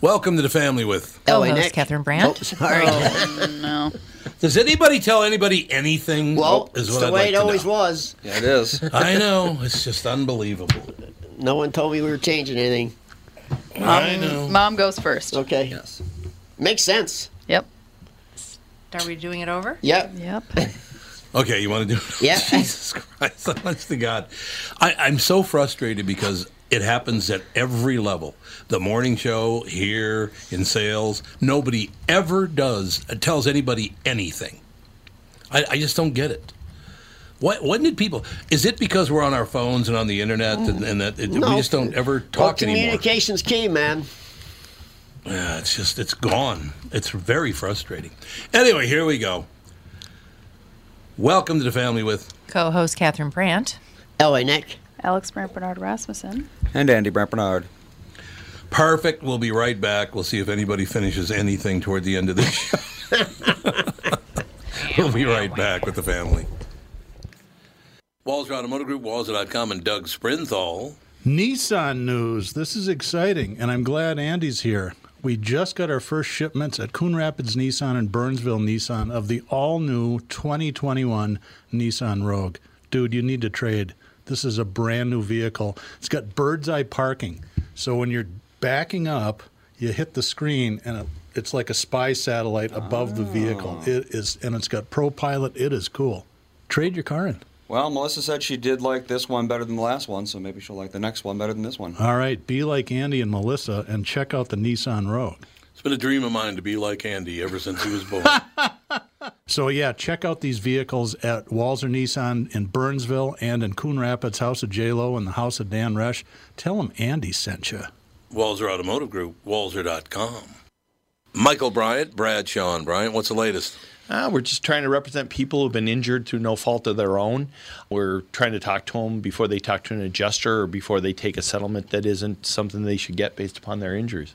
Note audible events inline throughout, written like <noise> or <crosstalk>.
Welcome to the family with. Oh, wait, Nick. Catherine Brandt. Oh, sorry. no. Does anybody tell anybody anything? Oh, Well, is it's what the I'd way like it to always know. was. Yeah, it is. I <laughs> know it's just unbelievable. No one told me we were changing anything. I know. Mom goes first. Okay. yes. Makes sense. Yep. Are we doing it over? Yep. Yep. <laughs> Okay, you want to do it? Yeah. <laughs> Jesus Christ, honest to God. I, I'm so frustrated because it happens at every level. The morning show, here, in sales, nobody ever does, uh, tells anybody anything. I, I just don't get it. What, when did people? Is it because we're on our phones and on the internet, and, and that it, we Oh. No. just don't ever Well, talk anymore? communication's key, man. Yeah, it's just it's gone. It's very frustrating. Anyway, here we go. Welcome to the family with Co-host Catherine Brandt. L.A. Nick. Alex Brandt Bernard Rasmussen. And Andy Brant Bernard. Perfect. We'll be right back. We'll see if anybody finishes anything toward the <laughs> end of this show. we'll be right back with the family. Walzer Automotive Group, Walzer.com, and Doug Sprinthal. Nissan news. This is exciting, and I'm glad Andy's here. We just got our first shipments at Coon Rapids Nissan and Burnsville Nissan of the all new 2021 Nissan Rogue. Dude, you need to trade. This is a brand new vehicle. It's got bird's eye parking. So when you're backing up, you hit the screen and it, it's like a spy satellite above the vehicle. It is and it's got ProPilot. It is cool. Trade your car in. Well, Melissa said she did like this one better than the last one, so maybe she'll like the next one better than this <laughs> one. All right, be like Andy and Melissa and check out the Nissan Rogue. It's been a dream of mine to be like Andy ever since he was born. So yeah, check out these vehicles at Walzer Nissan in Burnsville and in Coon Rapids, House of J Lo and the House of Dan Rush. Tell them Andy sent you. Walzer Automotive Group, Walzer.com. Michael Bryant, Brad Sean Bryant, what's the latest? Uh, we're just trying to represent people who've been injured through no fault of their own. We're trying to talk to them before they talk to an adjuster or before they take a settlement that isn't something they should get based upon their injuries.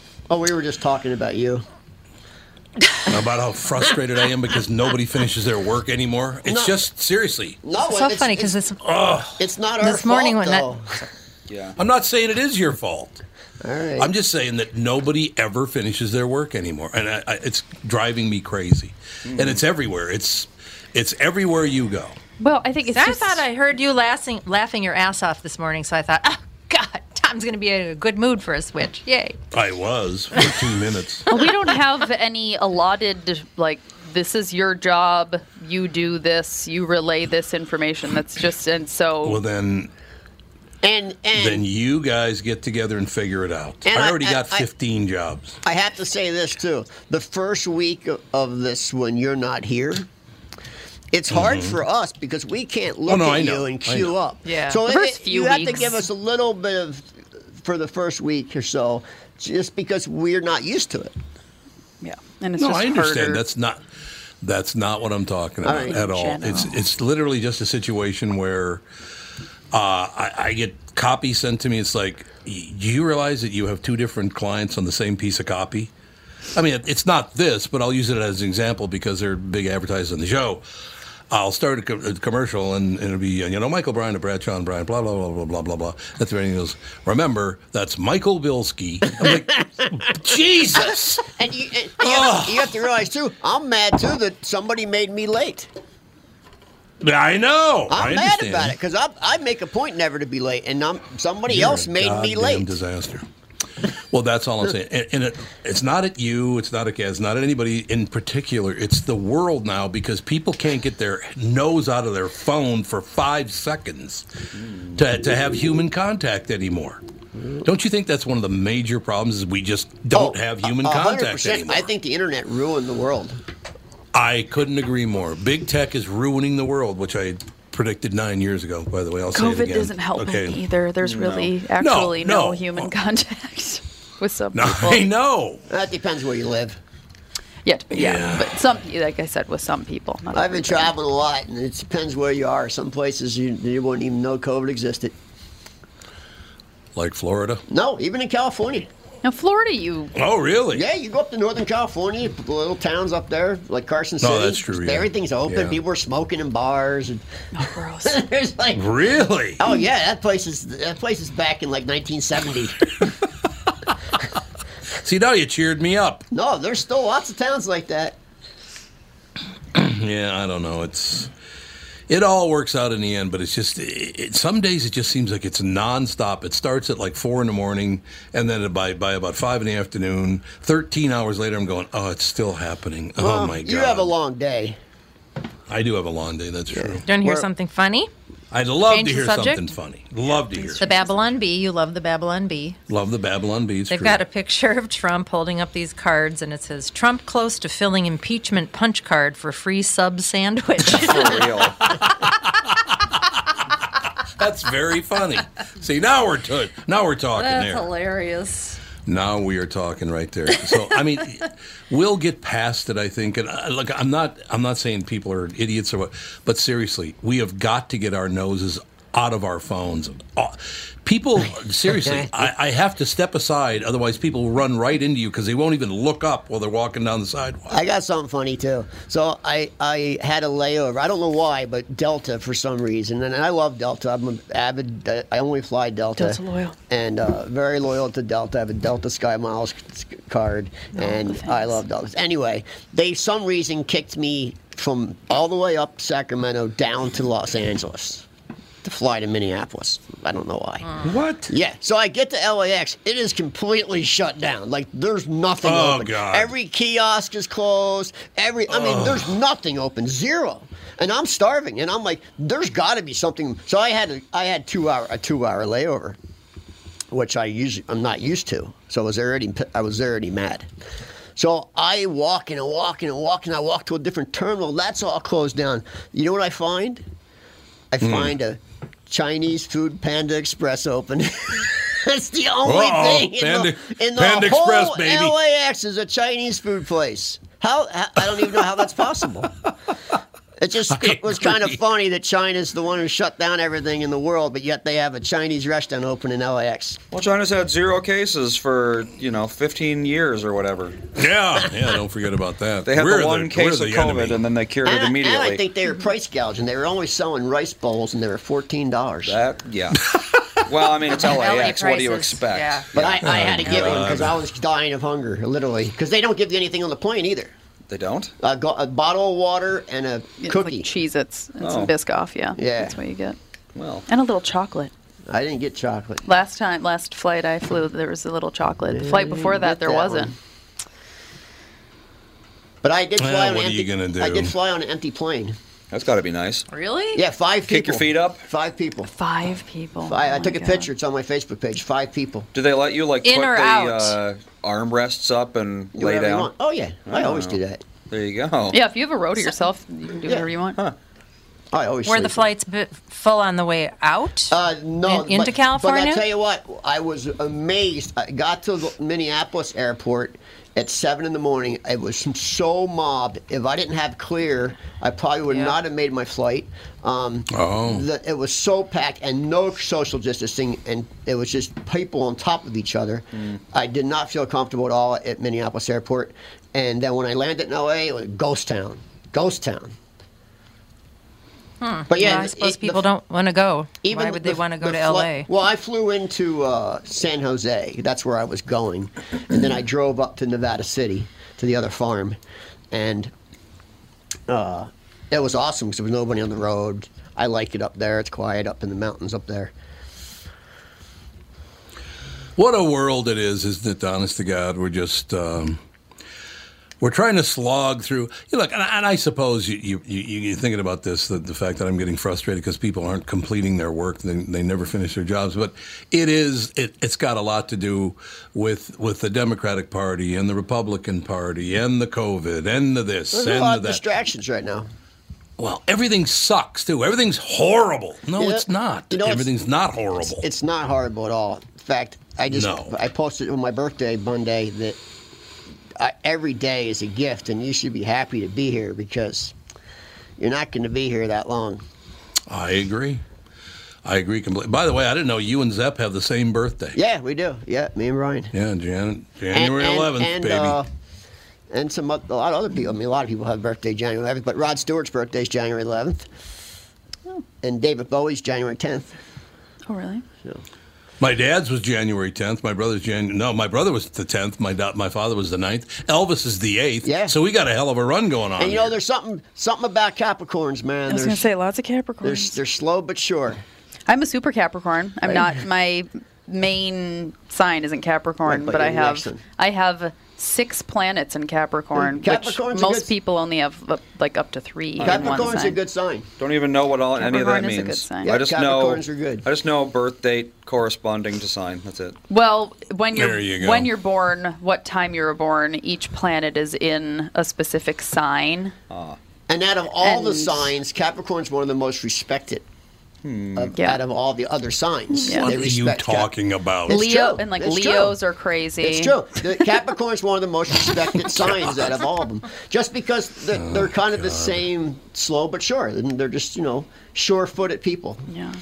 Oh, we were just talking about you. About how frustrated I am because nobody finishes their work anymore. It's just seriously. No, So funny because this it's not our this morning when fault, that- though. Yeah. I'm not saying it is your fault. All right. I'm just saying that nobody ever finishes their work anymore, and I, I, it's driving me crazy. And it's everywhere. It's it's everywhere you go. Well, I think it's I just thought I I heard you laughing, laughing your ass off this morning, so I thought, oh God, time Tom's going to be in a good mood for a switch. Yay. I was 14 <laughs> minutes. Well, we <laughs> don't have any allotted like this is your job. You do this. You relay this information. That's just and so. Oh. Well, then And and then you guys get together and figure it out. And I I- already and got I- 15 jobs. I have to say this too. The first week of- of this, when you're not here, it's hard for us because we can't look Mm-hmm. Oh, no, at I you know. and I queue know. up. Yeah. So The it- first it- few you have to weeks. give us a little bit of for the first week or so, just because we're not used to it. Yeah. And it's No, just I understand. harder. That's not that's not what I'm talking All about right. at all. General. It's it's literally just a situation where uh, I, I get copy sent to me. It's like, y- do you realize that you have two different clients on the same piece of copy? I mean, it- it's not this, but I'll use it as an example because they're big advertisers on the show. I'll start a, co- a commercial and, and it'll be, you know, Michael Bryan to Bradshaw and Bryan, blah, blah, blah, blah, blah, blah, blah. That's where he goes, remember, that's Michael Bilski. I'm like, <laughs> Jesus. And you, and you, have, you have to realize too, I'm mad too that somebody made me late. I know. I'm I mad understand. about it because I, I make a point never to be late, and I'm, somebody You're else a made me goddamn late. Disaster. Well, that's all I'm saying, and, and it, it's not at you, it's not at Kaz, not at anybody in particular. It's the world now because people can't get their nose out of their phone for five seconds to, to have human contact anymore. Don't you think that's one of the major problems? Is we just don't Oh, have a- human a hundred contact percent. anymore? I think the internet ruined the world. I couldn't agree more. Big tech is ruining the world, which I predicted nine years ago. By the way, I'll say it COVID again. doesn't help Okay. it either. There's really actually no. no, human Oh. contact <laughs> with some <laughs> No, people. I know. That depends where you live. Yet, but yeah, Yeah. but some, like I said, with some people. Not I've been everybody. traveling a lot, and it depends where you are. Some places you, you wouldn't even know COVID existed. Like Florida. No, even in California. Now, Florida, you Oh, really? Yeah, you go up to Northern California, the little towns up there, like Carson No, City. that's true, yeah. Everything's open. Yeah. People are smoking in bars. And <laughs> gross. there's like, Really? oh yeah, that place is that place is back in <laughs> like 1970. See, now you cheered me up. no, there's still lots of towns like that. Yeah, I don't know. It's it all works out in the end, but it's just it, it, some days it just seems like it's nonstop. It starts at like four in the morning, and then by by about five in the afternoon, thirteen hours later, I'm going, oh, it's still happening. Oh Well, my god, You have a long day. I do have a long day. That's true. Don't hear We're- something funny? I'd love Change to the hear subject? something funny. Love to hear. The it. Babylon Bee. You love the Babylon Bee. Love the Babylon Bee. It's They've true. got a picture of Trump holding up these cards, and it says Trump close to filling impeachment punch card for free <laughs> sub sandwich. For real. That's very <laughs> funny. See, now we're t- now we're talking there. hilarious. Now we are talking right there. So I mean, <laughs> we'll get past it, I think. And uh, look, I'm not I'm not saying people are idiots or what, but seriously, we have got to get our noses out of our phones. Uh, People, seriously, I, I have to step aside, otherwise people run right into you because they won't even look up while they're walking down the sidewalk. I got something funny too. So I, I had a layover. I don't know why, but Delta for some reason. And I love Delta. I'm an avid. I only fly Delta. Delta loyal. And uh, very loyal to Delta. I have a Delta Sky Miles c- card, Oh, and I love Delta. Anyway, they some reason kicked me from all the way up Sacramento down to Los Angeles to fly to Minneapolis. I don't know why. Mm. What? Yeah, so I get to LAX. It is completely shut down. Like there's nothing Oh, open. God. Every kiosk is closed. Every I mean, there's nothing open. Zero. And I'm starving. And I'm like, there's got to be something. So I had a, I had two hour a two hour layover, which I usually I'm not used to. So I was already p- I was already mad. So I walk and I walk and I walk and I walk to a different terminal. That's all closed down. You know what I find? I Hmm. find a Chinese food Panda Express open. <laughs> That's the only Uh-oh, thing in Panda- the, in the Panda whole Express, baby. LAX is a Chinese food place. How, how I don't even know how that's possible. It <laughs> just it was kind of agree. funny that China's the one who shut down everything in the world, but yet they have a Chinese restaurant open in LAX. Well, China's had zero cases for you know 15 years or whatever. Yeah, yeah. Don't forget about that. They had We're the one we're case the of COVID, enemy. and then they cured And it I, and immediately. I think they were price gouging. They were only selling rice bowls, and they were fourteen dollars. that, <laughs> yeah. well, I mean, it's LAX. what do you prices, expect? yeah. But I, I had to give them because I was dying of hunger, literally. Because they don't give you anything on the plane either. They don't. A, go- a bottle of water and a it's cookie. like Cheez-Its and Oh. some Biscoff, yeah. Yeah. That's what you get. Well, And a little chocolate. I didn't get chocolate. Last time, last flight I flew, there was a little chocolate. The flight Yeah, before you that, get there that wasn't. But I did fly Well, on what are an you empty. gonna I do? did fly on an empty plane. That's got to be nice. Really? Yeah, five people. Kick your feet up. Five people. Five people. Oh Five, I took a picture. It's on my Facebook page. Five people. Do they let you like In put or the out? uh, armrests up and Do lay whatever you down? want. Oh, yeah. I always do that. There you go. Yeah, if you have a row to yourself, you can do Yeah. whatever you want. I always Were the sleep. flights b- full on the way out? Uh, no, In- into but- California? But I tell you what, I was amazed. I got to the Minneapolis airport at seven in the morning. It was so mobbed. If I didn't have clear, I probably would Yeah. not have made my flight. Um, Oh. the- it was so packed and no social distancing, and it was just people on top of each other. Mm. I did not feel comfortable at all at Minneapolis airport. And then when I landed in LA, it was ghost town, ghost town. Hmm. But yeah, Well, I it- suppose the- people don't want to go. Even Why would they the- want to go the to fli- L.A.? <laughs> Well, I flew into uh, San Jose. That's where I was going, and then I drove up to Nevada City to the other farm, and uh, it was awesome because there was nobody on the road. I like it up there. It's quiet up in the mountains up there. What a world it is, isn't it? Honest to God, we're just um, we're trying to slog through. You look, and I, and I suppose you, you, you you're thinking about this the, the fact that I'm getting frustrated because people aren't completing their work, they, they never finish their jobs. But it is it, it's got a lot to do with with the Democratic Party and the Republican Party and the COVID and the this There's and a lot the of that. distractions right now. well, everything sucks too. Everything's horrible. No, Yeah. it's not. You know, it's- Everything's not horrible. It's, it's not horrible at all. In fact, I just No. I posted on my birthday Monday that I, every day is a gift, and you should be happy to be here because you're not going to be here that long. I agree. I agree completely. By the way, I didn't know you and Zepp have the same birthday. Yeah, we do. Yeah, me and Ryan. Yeah, Jan- January And- and- 11th, and, baby. uh, and some oth- a lot of other people. I mean, a lot of people have birthday January 11th, but Rod Stewart's birthday is January 11th, and David Bowie's January 10th. Oh, really? my dad's was January 10th. My brother's Jan. No, my brother was the 10th. My da- my father was the 9th. Elvis is the 8th. Yeah. So we got a hell of a run going on. and you know, there's something something about Capricorns, man. I was going to say, lots of Capricorns. they're, they're slow but sure. I'm a super Capricorn. I'm Right. not my main sign isn't Capricorn, Right, but but I you're the have next one. I have six planets in Capricorn, Capricorn's a which most good- people only have uh, like up to three. in one Capricorn's a sign. good sign. Don't even know what all any of that Capricorn is means. a good sign. Yeah, I just know Capricorns are good. I just know birth date corresponding to sign. That's it. Well, when you're There you go. when you're born, what time you were born, each planet is in a specific sign. And out of all the And- signs, Capricorn's one of the most respected. Of, Yeah. Out of all the other signs, What they are you respect Cap- talking about? It's Leo true. and like It's true. Leos are crazy. It's true. The Capricorn's one of the most respected signs out of all of them, just because they're, Oh, they're kind of the same, slow but sure. And they're just you know sure-footed people. Yeah.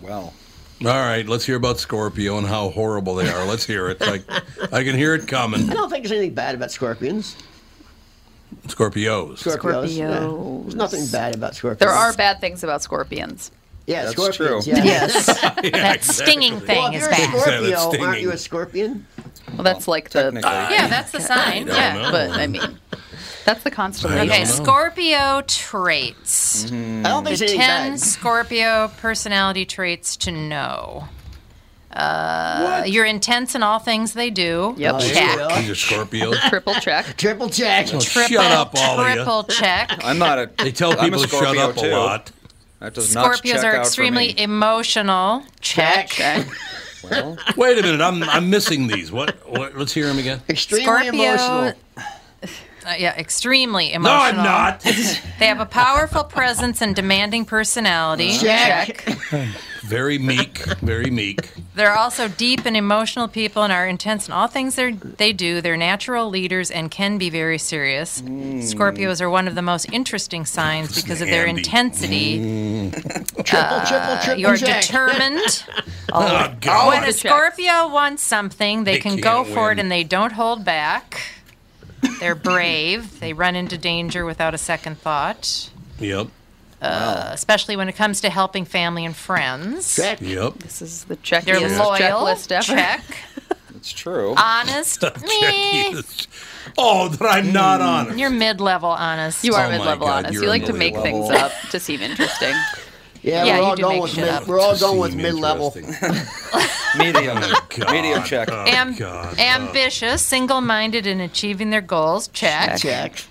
Well. All right, let's hear about Scorpio and how horrible they are. Let's hear it. Like I can hear it coming. I don't think there's anything bad about scorpions. Scorpios. <laughs> Scorpios. yeah. There's nothing bad about scorpions. There are bad things about scorpions. Yeah, That's scorpions. true. Yeah. <laughs> Yes. that That stinging exactly. thing well, if is you're bad. A Scorpio, Yeah, that's aren't you stinging. a scorpion? Well, that's like the Yeah, that's the sign. Yeah, Yeah. but I mean, that's the constellation. Okay, Scorpio traits. Hmm. I don't think the there's anything ten bad. Scorpio personality traits to know. Uh, You're intense in all things they do. Oh, Check. These are Scorpios. Triple check. Triple check. Oh, shut up, all of you. Triple check. I'm not a. They <laughs> tell I'm a people to shut Scorpio, up too. a lot. That does not Scorpios check are out extremely emotional. Check. For me. Well, Wait a minute, I'm I'm missing these. What? what let's hear them again. <laughs> Extremely <sighs> Uh, yeah, extremely No, emotional. I'm <laughs> not. They have a powerful presence and demanding personality. Check. Very meek. Very meek. They're also deep and emotional people and are intense in all things they're- they do. They're natural leaders and can be very serious. Mm. Scorpios are one of the most interesting signs because of their Andy. Mm. intensity. Triple, triple, Uh, triple you're <laughs> check. determined. <laughs> Oh, When a God. Scorpio wants something, they, They can go can't for win. it and they don't hold back. They're brave. they run into danger without a second thought, Yep. uh, especially when it comes to helping family and friends. Check. Yep. This is the check. They're loyal. Checklist ever. Check. it's true. Honest. Check <laughs> yes. Oh, that I'm not honest. You're mid-level honest. You are Oh my mid-level God, honest. you're You like to make unbelievable. things up to seem interesting. Yeah, Yeah, we're all you do going make with shit mid, up. we're all going with Seem Oh, mid level. <laughs> <laughs> Medium. Medium check. Uh-huh. Am- ambitious, single minded in achieving their goals. Check. Check.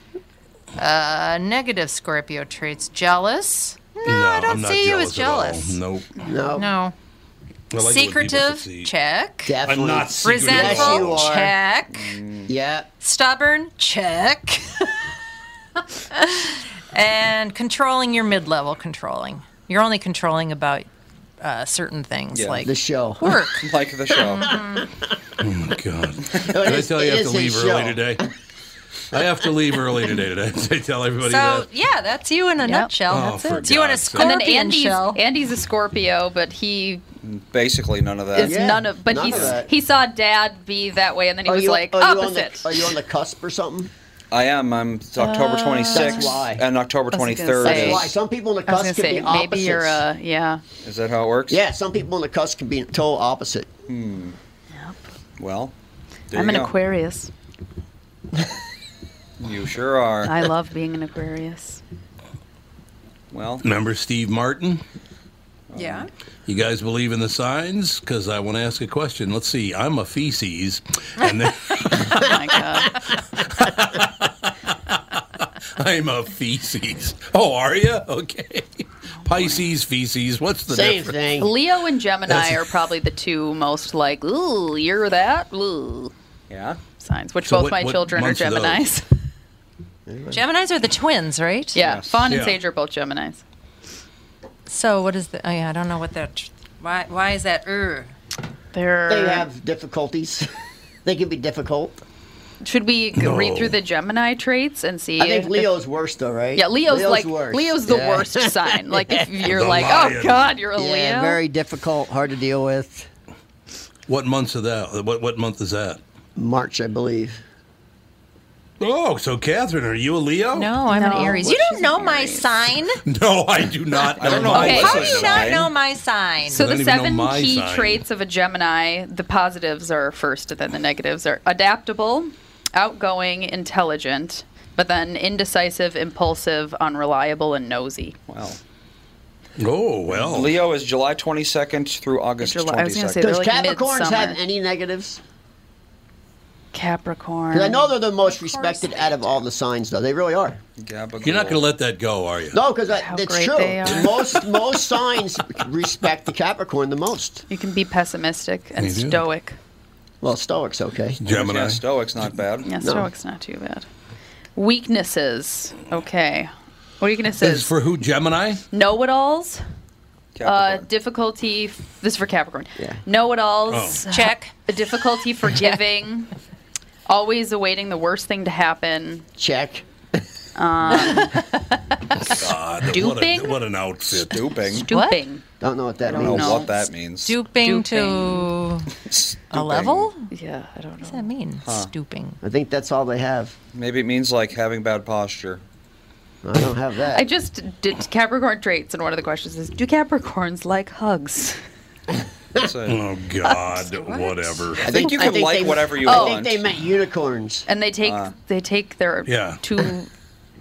Uh, negative Scorpio traits jealous. No, I don't I'm not see you as jealous jealous. at all. Nope. No. No. I like it when people secretive, succeed. check. Definitely. I'm not secretive at all. Yes, Resentful, you are. check. Yeah. Stubborn, check. <laughs> and controlling your mid level controlling. You're only controlling about uh, certain things Yeah. like The show. work. <laughs> like the show. Mm-hmm. Oh my god! Did I tell you I <laughs> it have to is a leave show. early today? I have to leave early today. Did I, did I tell everybody so, that? yeah, that's you in a nutshell. Oh, that's for it. Do you want a God's sake. scorpion And then Andy's shell? Andy's a Scorpio, but he Basically, none of that. is Yeah, none of. But none he's of that. he saw Dad be that way, and then he was you, like are You on opposite. the, are you on the cusp or <laughs> something? I am. I'm it's October 26th why. and October Uh, I was gonna 23rd. say. That's Hey. why some people on the I was cusp gonna can say be opposites. maybe you're uh yeah. Is, is that how it works? yeah, some people on the cusp can be total opposite. Well, there I'm you an go. Aquarius. You sure are. I love being an Aquarius. well, Remember Steve Martin? Yeah. You guys believe in the signs? Because I want to ask a question. Let's see. I'm a feces, and then <laughs> Oh my god. I'm a feces. Oh, are you? Okay. Pisces, feces. What's the Same difference? thing. Leo and Gemini are probably the two most like ooh you're that ooh yeah. signs, which So both what- my what children are months are those? Geminis. Geminis are the twins, right? <laughs> yeah, Yes. Fawn and Yeah. Sage are both Geminis. So, what is the. Oh, yeah, I don't know what that. Why, why is that? Er. They're They have difficulties. <laughs> they can be difficult. Should we g- read through the Gemini traits and see? I think if- Leo's worse though, right? Yeah, Leo's, like worse. Leo's the Yeah. worst <laughs> sign. Like if you're The like, lion. oh God, you're a Yeah, Leo. very difficult, hard to deal with. What months are that? What what month is that? March, I believe. Oh, so Catherine, are you a Leo? No, I'm No. an Aries. Well, You don't she's know an my Aries. sign. No, I do not. I don't know Okay. How How do is you it not mine? know my sign? so I the don't even know seven my key sign. traits of a Gemini, the positives are first, and then the negatives are adaptable, outgoing, intelligent, but then indecisive, impulsive, unreliable, and nosy. Wow. Oh well. Leo is July 22nd through August July- 22nd. I was gonna say- They're Does like Capricorns have midsummer. any negatives? Capricorn. 'Cause I know they're the most Of course respected they out of all the signs, though. They really are. Gabagool. You're not going to let that go, are you? No, because How it's great true. they are. <laughs> Most most signs respect the Capricorn the most. You can be pessimistic and You do. stoic. Well, Stoics okay. Gemini. Yeah, Stoic's not bad. Yeah, stoic's not too bad. Weaknesses. Okay. Weaknesses. Is for who? Gemini. know-it-alls. Uh, Capricorn. difficulty. F- this is for Capricorn. Yeah. Know-it-alls. Check. The difficulty forgiving. Always awaiting the worst thing to happen. Check. Oh, God, What, Duping? a, what an outfit. <laughs> Stooping. Stooping. Don't know what that I don't means. know No. what that means. Stooping to Stooping. a Stooping. level? What Yeah, I don't does know. that mean? Stooping. I think that's all they have. Maybe it means like having bad posture. I don't have that. I just did Capricorn traits, and one of the questions is, do Capricorns like hugs? That's a- Oh God, whatever. I think you can like whatever you Oh. I want. think they meant unicorns. And they take Ah. they take their Yeah. to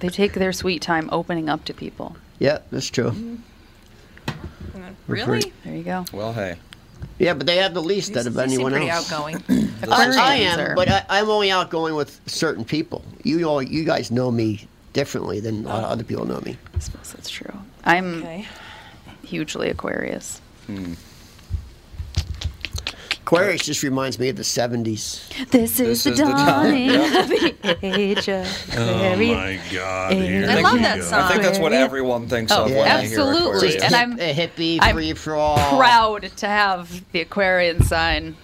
they take their sweet time opening up to people. Yeah, that's true. Really? There you go. well, hey. Yeah, but they have the least out of You seem anyone pretty else. outgoing. <coughs> I, I Aquarians am, are- but I, I'm only outgoing with certain people. You all, you guys know me differently than a lot of other people know me. I suppose that's true. I'm Okay. hugely Aquarius. Aquarius just reminds me of the 70s. This is This is the dawning of the age of Oh my God. here I we love go. I that think song. that's what everyone thinks Oh, of yeah. when absolutely. they hear And Aquarius. I'm- a hippie, I'm free for all. Proud to have the Aquarian sign.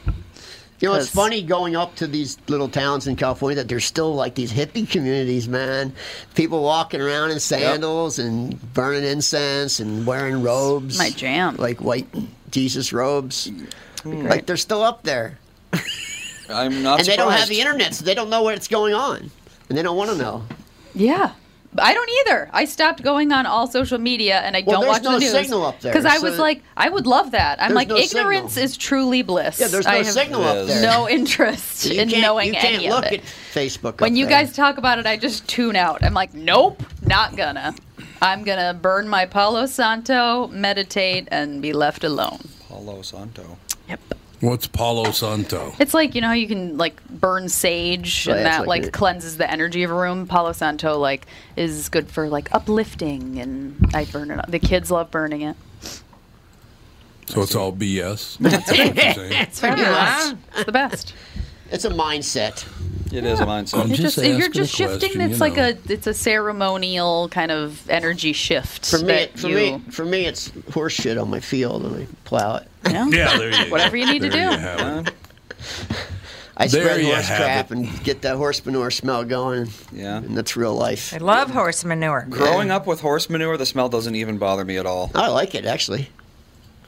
You know, it's 'Cause- funny going up to these little towns in California that there's still like these hippie communities, man. People walking around in sandals and burning incense and wearing robes. My jam. Like white Jesus robes. Like they're still up there. I'm, not and they don't have surprised. the internet, so they don't know what's going on. And they don't want to know. Yeah. But I don't either. I stopped going on all social media and I Well, there's don't watch no the news. signal up there, Because I so- was like, I would love that. I'm There's like, no ignorance signal. is truly bliss. Yeah, there's no I have signal up Yes. there. <laughs> No interest you in can't, knowing you can't any look of it. at Facebook. when up you there. guys talk about it, I just tune out. I'm like, nope, not gonna. I'm going to burn my Palo Santo, meditate, and be left alone. Palo Santo. Yep. What's Palo Santo? It's like, you know how you can like burn sage Right, and it's that like like, the- cleanses the energy of a room. Palo Santo like is good for like uplifting and I burn it up. The kids love burning it. So it's all <laughs> BS. That's what you're saying. It's pretty much. It's the best. It's a mindset. It is a mindset. <laughs> I'm You're just <laughs> just, you're asking a just shifting. question, It's you like know. a it's a ceremonial kind of energy shift. For me, that for you, me, for me, it's horse shit on my field, and I plow it. Yeah, Yeah, there you go. <laughs> Whatever you need to There do. you have it. I There spread you horse have crap and get that horse manure smell going. Yeah, and that's real life. I love horse manure. <laughs> Growing up with horse manure, the smell doesn't even bother me at all. I like it actually.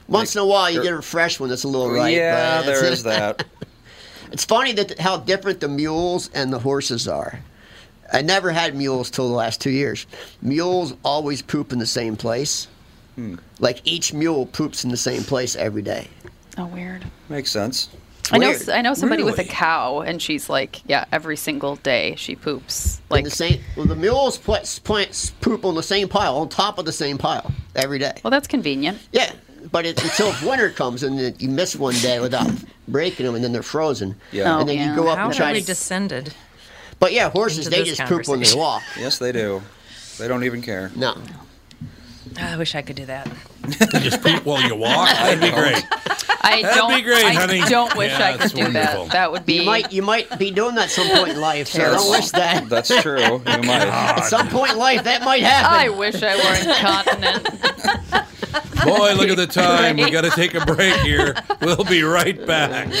Once in a while, you get a fresh one that's a little ripe. yeah, but it's- <laughs> there is that. It's funny that how different the mules and the horses are. I never had mules till the last two years. Mules always poop in the same place. Like each mule poops in the same place every day. Oh, weird. Makes sense. I know Weird. I know somebody with a Really? cow, and she's like, yeah, every single day she poops. Like the same. Well, the mules put, plants poop on the same pile, on top of the same pile every day. Well, that's convenient. Yeah, but it, until winter comes and then you miss one day without breaking them, and then they're frozen. Yeah. and then you go up Oh, How and have try we to. descended? but yeah, horses into they this just poop when they conversation? walk. Yes, they do. They don't even care. No, Ah, I wish I could do that. Just poop while you <laughs> walk. That'd be great. I That'd don't. be great, I honey. don't wish Yeah, I could that's do wonderful. that. That would be. you might you might be doing that some point in life. so Terrible. don't wish that. <laughs> That's true. You might. At <laughs> some point in life, that might I happen. wish I were incontinent. Boy, look at the time. We got to take a break here. We'll be right back.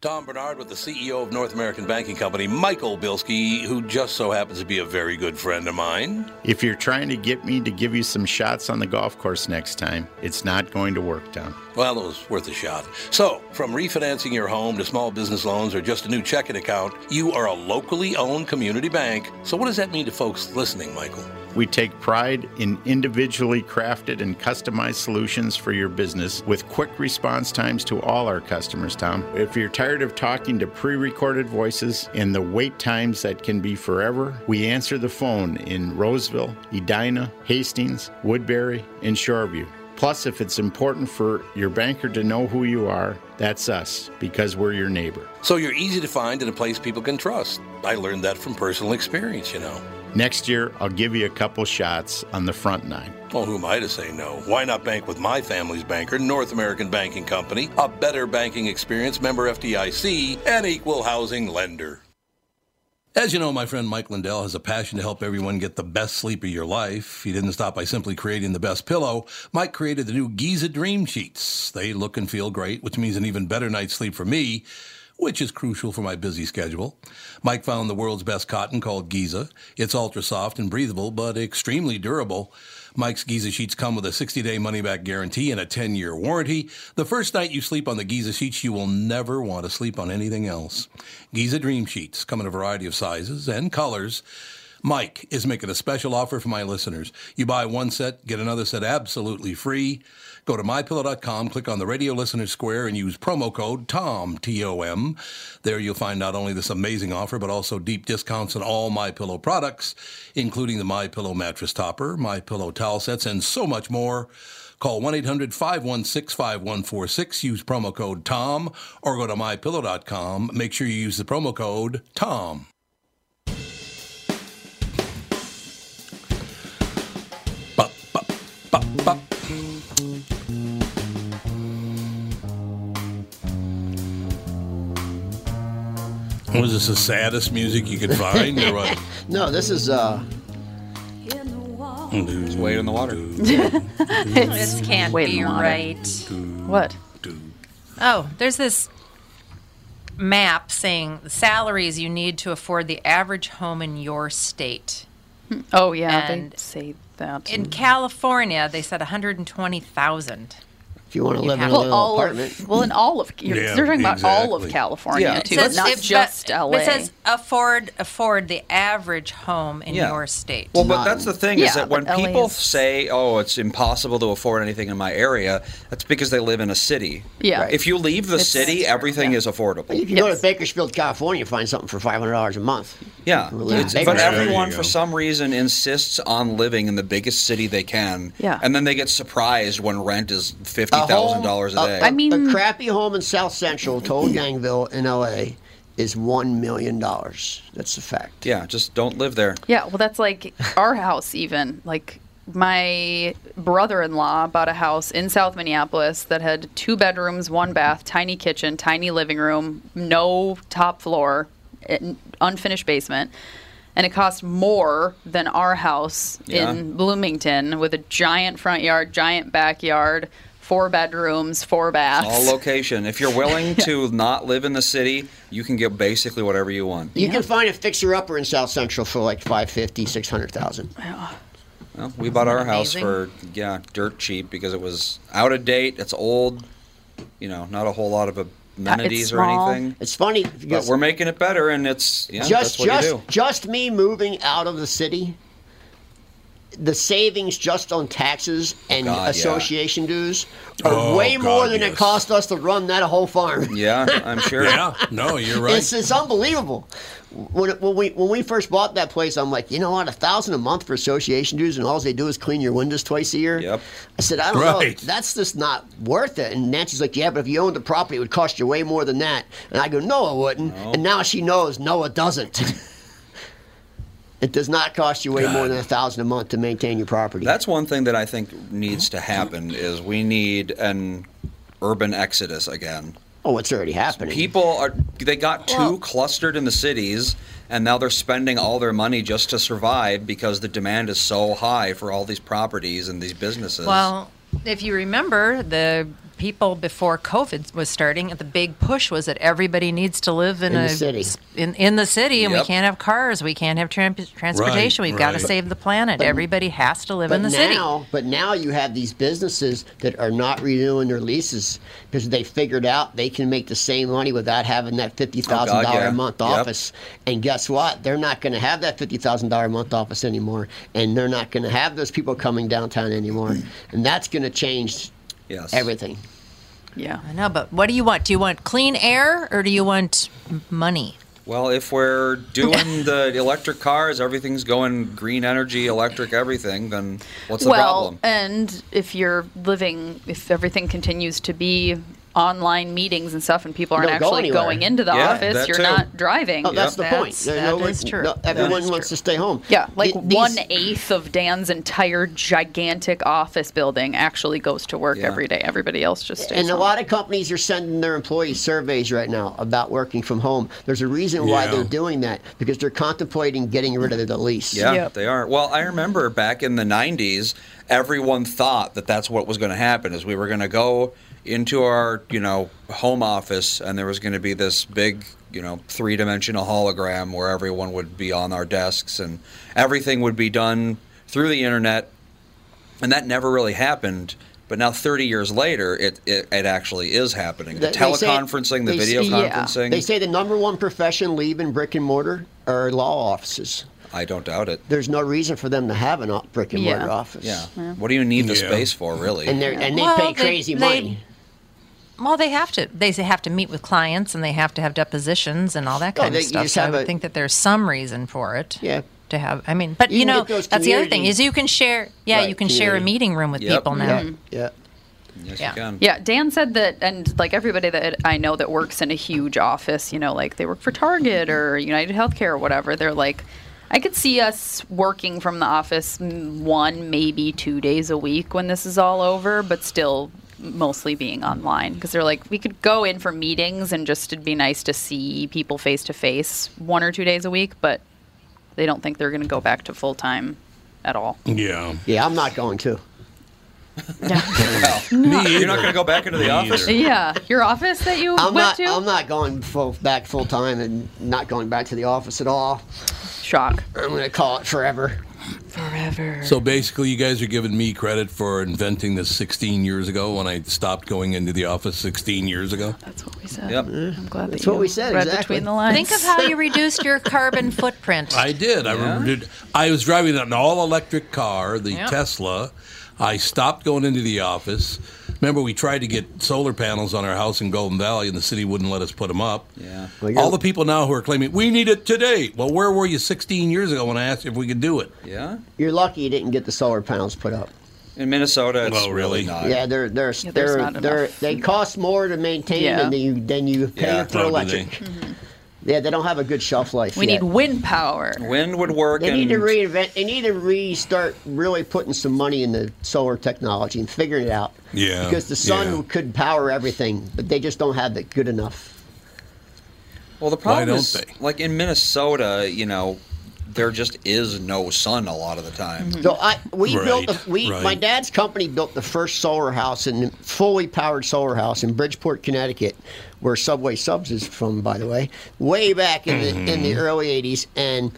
Tom Bernard with the CEO of North American Banking Company, Michael Bilski, who just so happens to be a very good friend of mine. If you're trying to get me to give you some shots on the golf course next time, it's not going to work, Tom. Well, it was worth a shot. So, from refinancing your home to small business loans or just a new checking account, you are a locally owned community bank. So, what does that mean to folks listening, Michael? We take pride in individually crafted and customized solutions for your business with quick response times to all our customers, Tom. If you're tired of talking to pre recorded voices and the wait times that can be forever, we answer the phone in Roseville, Edina, Hastings, Woodbury, and Shoreview. Plus, if it's important for your banker to know who you are, that's us because we're your neighbor. So, you're easy to find in a place people can trust. I learned that from personal experience, you know. Next year, I'll give you a couple shots on the front nine. Well, who am I to say no? Why not bank with my family's banker, North American Banking Company, a better banking experience, member FDIC, and equal housing lender? As you know, my friend Mike Lindell has a passion to help everyone get the best sleep of your life. He didn't stop by simply creating the best pillow. Mike created the new Giza Dream Sheets. They look and feel great, which means an even better night's sleep for me, which is crucial for my busy schedule. Mike found the world's best cotton called Giza. It's ultra soft and breathable, but extremely durable. Mike's Giza sheets come with a 60 day money back guarantee and a 10 year warranty. The first night you sleep on the Giza sheets, you will never want to sleep on anything else. Giza Dream Sheets come in a variety of sizes and colors. Mike is making a special offer for my listeners. You buy one set, get another set absolutely free. Go to mypillow.com, click on the radio listener square, and use promo code TOM, T O M. There you'll find not only this amazing offer, but also deep discounts on all My Pillow products, including the My Pillow mattress topper, My Pillow towel sets, and so much more. Call 1 800 516 5146, use promo code TOM, or go to mypillow.com. Make sure you use the promo code TOM. Bup, bup, bup, bup. Was this the saddest music you could find, or <laughs> what? No, this is uh, It's way in the water. This can't Wait, be Lana. right. What? Oh, there's this map saying the salaries you need to afford the average home in your state. Oh yeah, And- they say that. In California, they said 120,000. If you want to You live in have a to. little Well, all of- apartment, well, in all of you're, Yeah, they're talking about all of exactly. California Yeah. too, It says not if- just but LA. It says afford afford the average home in Yeah. your state. Well, but that's the thing is Yeah, that when but LA people is- say, "Oh, it's impossible to afford anything in my area," that's because they live in a city. Yeah. Right. If you leave the It's- city, everything is affordable. you can go to Bakersfield, California, and find something for five hundred dollars a month. Yeah, Really It's- big but there. There everyone you for go. some reason insists on living in the biggest city they can. Yeah. and then they get surprised when rent is fifty thousand dollars a day. I mean, a crappy home in South Central, Toll Gangville, in LA, is one million dollars. That's the fact. yeah, just don't live there. Yeah, well, that's <laughs> like our house, even. Like, my brother in law bought a house in South Minneapolis that had two bedrooms, one bath, tiny kitchen, tiny living room, no top floor, an unfinished basement. And it cost more than our house Yeah. in Bloomington with a giant front yard, giant backyard, four bedrooms, four baths. All location. If you're willing to not live in the city, you can get basically whatever you want. You can find a fixer upper in South Central for like five fifty, six hundred thousand. Well, we bought our house amazing? for yeah, dirt cheap because it was out of date. It's old. You know, not a whole lot of amenities or anything. It's funny But because we're making it better, and it's yeah, just that's what you do. just just me moving out of the city. The savings just on taxes and God, yeah. association dues are Oh, way God, more than it yes. cost us to run that whole farm. <laughs> Yeah, I'm sure. Yeah, no, you're right. It's, it's unbelievable. When, when we when we first bought that place, I'm like, you know what, a thousand a month for association dues, and all they do is clean your windows twice a year. Yep. I said, I don't Right. know, that's just not worth it. And Nancy's like, yeah, but if you owned the property, it would cost you way more than that. And I go, no, it wouldn't. And now she knows, no, it doesn't. <laughs> it does not cost you way more than a thousand a month to maintain your property. That's one thing that I think needs to happen is we need an urban exodus again. Oh, it's already happening. People are they got too clustered in the cities and now they're spending all their money just to survive because the demand is so high for all these properties and these businesses. Well, if you remember, the people before COVID was starting, the big push was that everybody needs to live in, In the a city. In, in the city, and we Yep. can't have cars, we can't have tramp transportation, Right, we've got to right. save the planet. everybody has to live in the now, city. But now you have these businesses that are not renewing their leases because they figured out they can make the same money without having that fifty thousand thousand dollar Oh, yeah. a month Yep. office. And guess what? They're not going to have that fifty thousand dollar a month office anymore, and they're not going to have those people coming downtown anymore. And that's going to change yes. everything. Yeah. I know, but what do you want? Do you want clean air or do you want m- money? Well, if we're doing the electric cars, everything's going green energy, electric everything, then what's the well, problem? and if you're living, if everything continues to be online meetings and stuff, and people You don't aren't go actually anywhere. going into the Yeah, office, that you're too. not driving. Oh, that's the point. There- no one- no- everyone wants to stay home. Yeah, like Th- these- one eighth of Dan's entire gigantic office building actually goes to work every day. Everybody else just stays. And a home. lot of companies are sending their employees surveys right now about working from home. There's a reason why Yeah. they're doing that because they're contemplating getting rid of the lease. Yeah, they are. Well, I remember back in the 90s, everyone thought that that's what was going to happen is we were going to go into our, you know, home office and there was going to be this big, you know, three-dimensional hologram where everyone would be on our desks and everything would be done through the internet. And that never really happened. But now, 30 years later, it, it, it actually is happening. They- The they say- teleconferencing, the they video say- conferencing. They say the number one profession leaving brick and mortar are law offices. I don't doubt it. There's no reason for them to have a brick and mortar office. Yeah. What do you need the space for, really? And they're and they Well, pay they- crazy they- money. Well, they have to. They have to meet with clients, and they have to have depositions and all that No, kind they- of you stuff. just So I have would a- think that there's some reason for it. Yeah. To have, I mean, but You you, can know, get those that's the other thing community- is you can share. Yeah, Right, you can share a community. meeting room with Yep, people now. yeah, Yeah. Yes, yeah. you can. Yeah, Dan said that, and like everybody that I know that works in a huge office, you know, like they work for Target or United Healthcare or whatever, they're like, I could see us working from the office mm, one, maybe two days a week when this is all over, but still mostly being online because they're like, we could go in for meetings and just it'd be nice to see people face to face one or two days a week, but they don't think they're going to go back to full time at all. <laughs> Yeah. Yeah, I'm not going to. <laughs> You're not going to go back into the office? Yeah, your office that you I'm went not. to. I'm not going full, back full time and not going back to the office at all. Shock. I'm going to call it forever. Forever. So basically, you guys are giving me credit for inventing this 16 years ago when I stopped going into the office 16 years ago. That's what we said. Yep. I'm glad That's that you what we said, read exactly. between the lines. Think of how you reduced your carbon footprint. I did. I remember. Dude, I was driving an all-electric car, the Yeah. Tesla. I stopped going into the office. Remember, we tried to get solar panels on our house in Golden Valley, and the city wouldn't let us put them up. Yeah. All the people now who are claiming we need it today. Well, where were you 16 years ago when I asked if we could do it? Yeah. You're lucky you didn't get the solar panels put up. In Minnesota, it's Oh, really? really? not. Yeah, they're they're Yeah, there's they're, not they're enough. they cost more to maintain Yeah. Mm-hmm. than you than you pay Yeah. for Oh, do electric. they? Yeah, they don't have a good shelf life. we yet. need wind power. Wind would work. They and need to reinvent. They need to restart really putting some money into solar technology and figuring it out. Yeah, Because the sun yeah. could power everything, but they just don't have it good enough. Well, the problem don't is, they? like in Minnesota, you know, there just is no sun a lot of the time. So I we Right, built the, we my right. dad's company built the first solar house and fully powered solar house in Bridgeport, Connecticut, where Subway Subs is from, by the way, way back in the in the Mm-hmm. early '80s, and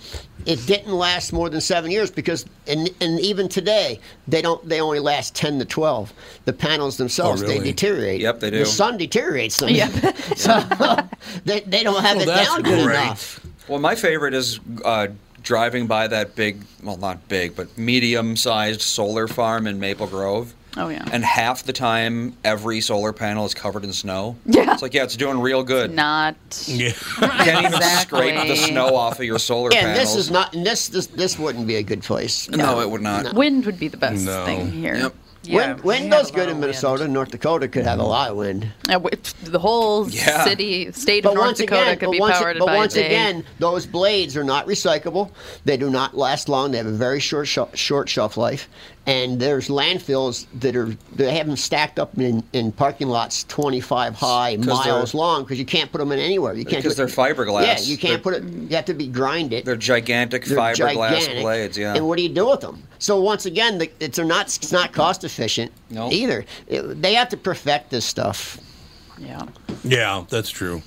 it didn't last more than seven years because and and even today they don't they only last ten to twelve. The panels themselves they really? deteriorate. Yep, they do. The sun deteriorates them. Yeah. <laughs> so they, they don't have Well, it that's down good great. enough. Well, my favorite is uh, driving by that big, well, not big, but medium sized solar farm in Maple Grove. Oh, yeah. And half the time, every solar panel is covered in snow. Yeah. It's like, yeah, it's doing real good. Not. Yeah. you can't even Exactly. scrape the snow off of your solar And panels. this is not and this this this wouldn't be a good place. No, it would not. Wind would be the best No. thing here. Yep. Yeah, wind we wind have a does lot good of in wind. Minnesota. North Dakota could have a lot of wind. Uh, wi- The whole Yeah. city, state But of North once Dakota again, could but be once, powered but by once day. again, those blades are not recyclable. They do not last long. They have a very short shel- short shelf life. And there's landfills that are they have them stacked up in, in parking lots 25 high, 'Cause miles they're- long because you can't put them in anywhere. You can't uh, Because do it- they're fiberglass. Yeah, you can't They're- put it. You have to be grind it. They're gigantic They're fiberglass gigantic, blades, yeah. And what do you do with them? So once again, the, it's they're not it's not cost efficient No. either. It- they have to perfect this stuff. yeah. Yeah, that's true.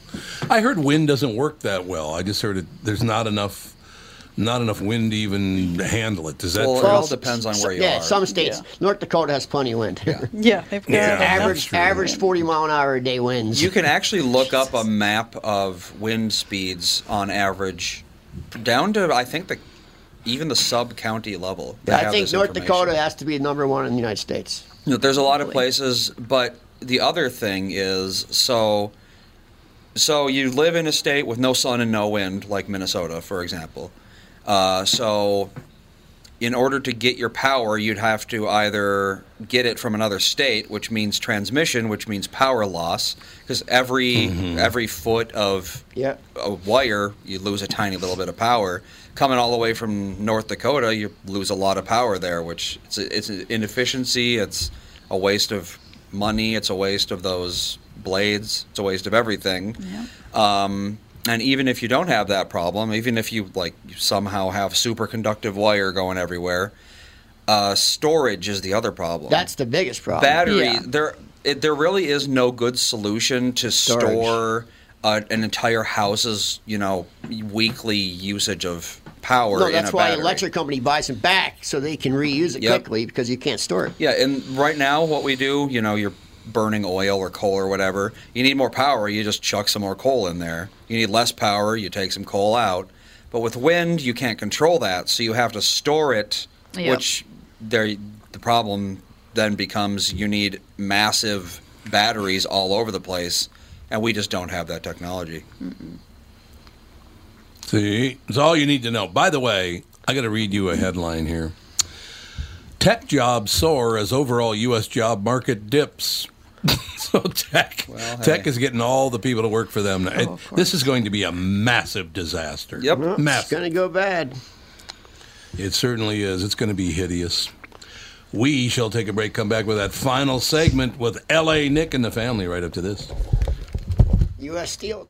I heard wind doesn't work that well. I just heard it. There's not enough, not enough wind to even handle it. Does that? Well, it true? all depends on where you yeah, are. some states. Yeah. North Dakota has plenty of wind. <laughs> Yeah, they've got Yeah. That's average true. average 40 mile an hour a day winds. You <laughs> can actually look up a map of wind speeds on average, down to I think the even the sub county level. They I have think this North information. Dakota has to be number one in the United States. You know, there's a lot of places, but the other thing is so. So you live in a state with no sun and no wind, like Minnesota, for example. Uh, so, in order to get your power, you'd have to either get it from another state, which means transmission, which means power loss, because every every foot of Yeah. a wire, you lose a tiny little bit of power. Coming all the way from North Dakota, you lose a lot of power there, which it's, it's an inefficiency. It's a waste of money. It's a waste of those blades. It's a waste of everything. Um, and even if you don't have that problem, even if you like you somehow have superconductive wire going everywhere, uh, storage is the other problem. That's the biggest problem. battery. Yeah. There, it, there really is no good solution to Storage. store uh, an entire house's, you know, weekly usage of power. no, in that's a why battery. electric company buys them back so they can reuse it Yep. quickly because you can't store it. Yeah, and right now what we do, you know, you're burning oil or coal or whatever. You need more power, you just chuck some more coal in there. You need less power, you take some coal out. But with wind, you can't control that, so you have to store it, Yeah. which there the problem then becomes you need massive batteries all over the place, and we just don't have that technology. See, it's all you need to know. By the way, I got to read you a headline here. Tech jobs soar as overall U.S. job market dips. <laughs> so tech, tech hey. is getting all the people to work for Oh, them. It- this is going to be a massive disaster. Yep. Well, it's massive. going to go bad. It certainly is. It's going to be hideous. We shall take a break. Come back with that final segment with L.A. Nick and the family. Right up to this. U.S. Steel.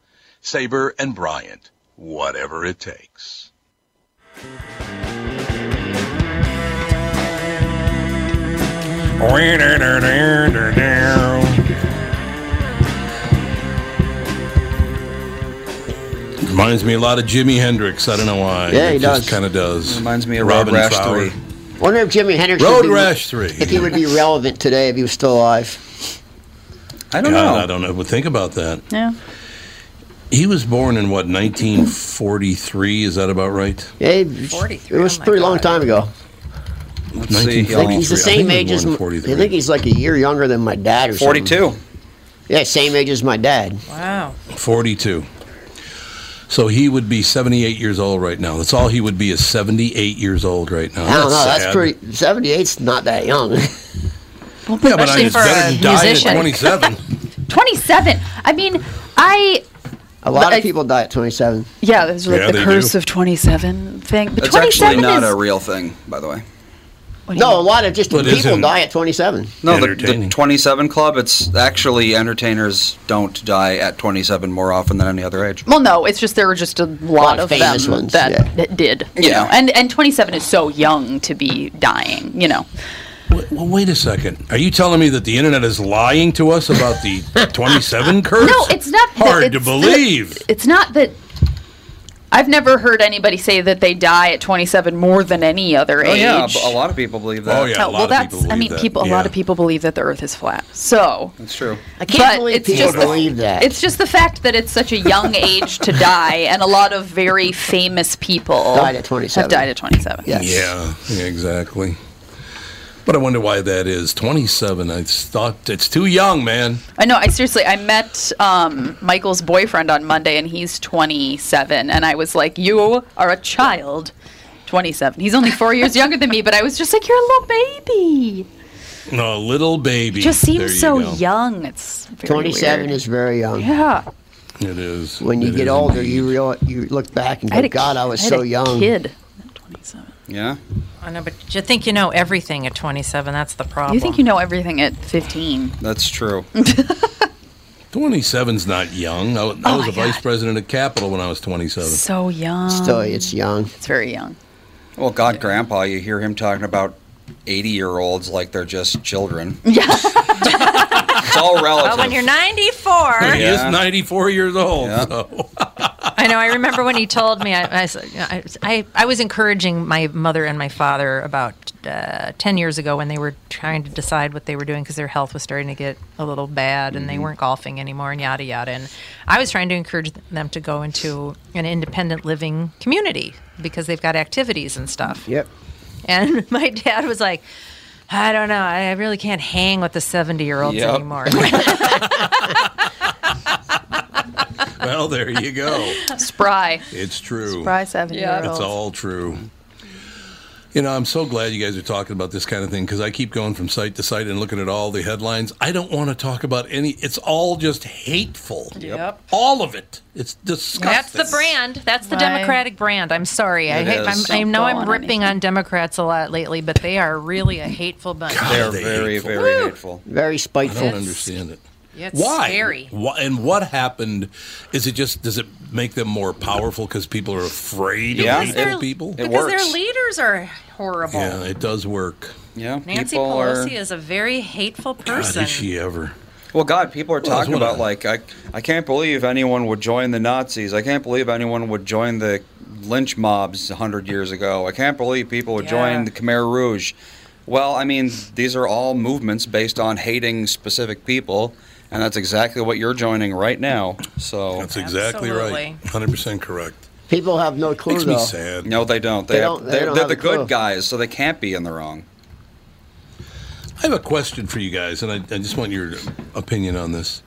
Sabre and Bryant, whatever it takes. Reminds me a lot of Jimi Hendrix. I don't know why. Yeah, he it just does. kind of does. Reminds me of Robin Road Rash Fowler. 3. Wonder if Jimi Hendrix Road would be- Rash 3. If he would be relevant today if he was still alive. I God, don't know. I don't know. But think about that. Yeah. He was born in what 1943? Is that about right? Yeah, he- 43, It was oh my pretty long time ago. Let's see, I think he's the 1943. same I think age he was as. born m- in I 43. think he's like a year younger than my dad or something. 42. Yeah, same age as my dad. Wow. 42. So he would be 78 years old right now. That's all he would be is 78 years old right now. I don't know. That's sad. pretty. 78's not that young. <laughs> Yeah, but I mean, Especially it's for better a than dying at musician. 27. <laughs> 27. I mean, I a lot I- of people die at 27. yeah, there's like Yeah, the they curse do. of 27 thing. But That's 27 actually not is a real thing, by the way. what do you No, a mean? lot of just But people isn't- die at 27. No, the, the Entertaining. 27 Club, it's actually entertainers don't die at 27 more often than any other age. Well, no, it's just there were just a lot, of of famous them ones, that, yeah. that did. You Yeah. know, and and 27 is so young to be dying. You know, Well, well, wait a second. Are you telling me that the internet is lying to us about the 27 curse? <laughs> no, it's not that- hard to it's that- believe. it's not that. I've never heard anybody say that they die at 27 more than any other Oh, age. yeah, b- a lot of people believe that. Oh, yeah. a No, lot well, of that's. people I believe mean, that. people. A lot of Yeah. people believe that the Earth is flat. So That's true. I can't but believe it's people just the- believe that. It's just the fact that it's such a young age to die, and a lot of very famous people Died at 27. Have died at 27. Yes. Yeah, yeah, exactly. But I wonder why that is. 27, I thought it's too young, man. I know. I seriously, I met um, Michael's boyfriend on Monday, and he's 27, and I was like, "You are a child." 27. He's only four years younger than me, but I was just like, "You're a little baby." No, little baby. Just There seems you so go. young. It's very 27 weird. is very young. yeah. It is. When you It get is older, indeed. you real, you look back and I had go, a God, ki- I was had so a young. Kid. at 27. Yeah. I know, but you think you know everything at 27. That's the problem. You think you know everything at 15? That's <laughs> true. 27's not young. I, I Oh was my a vice God. president of Capital when I was <laughs> 27. So young. Still, um, it's young. It's very young. Well, God, Grandpa, you hear him talking about 80 year olds like they're just <laughs> children. Yeah. It's all relative. Well, when you're 94, He is 94 years old. Yeah. so- I know. I remember when he told me. I, I, said- I, I, I was encouraging my mother and my father about uh, ten years ago when they were trying to decide what they were doing because their health was starting to get a little bad and they weren't golfing anymore and yada yada. And I was trying to encourage them to go into an independent living community because they've got activities and stuff. Yep. And <laughs> my dad was like, I don't know. I I really can't hang with the 70 year olds Yep. anymore. <laughs> well, there you go. Spry. It's true. Spry seven year It's old. all true. You know, I'm so glad you guys are talking about this kind of thing because I keep going from site to site and looking at all the headlines. I don't want to talk about any. It's all just hateful. Yep. All of it. It's disgusting. That's the brand. That's the Right. Democratic brand. I'm sorry. I, It hate, I'm, is. I know Don't I'm want ripping anything. on Democrats a lot lately, but they are really a hateful bunch. God, they're they very, hateful. very hateful. Very I don't spiteful. understand it. It's Why? scary. Why- And what happened? Is it just does it make them more powerful because people are afraid Yeah. of Because hateful they're- people? It because works. their leaders are horrible. Yeah, it does work. Yeah. Nancy people Pelosi are, is a very hateful God, person. is she ever? Well, God, people are talking about like I, I can't believe anyone would join the Nazis. I can't believe anyone would join the lynch mobs 100 years ago. I can't believe people would Yeah. join the Khmer Rouge. Well, I mean, these are all movements based on hating specific people, and that's exactly what you're joining right now. So That's exactly right. 100% correct. People have no clue Makes though. me sad. No, they don't. They, They have, don't- they they don't are have the a good clue. guys, so they can't be in the wrong. I have a question for you guys, and I, I just want your opinion on this.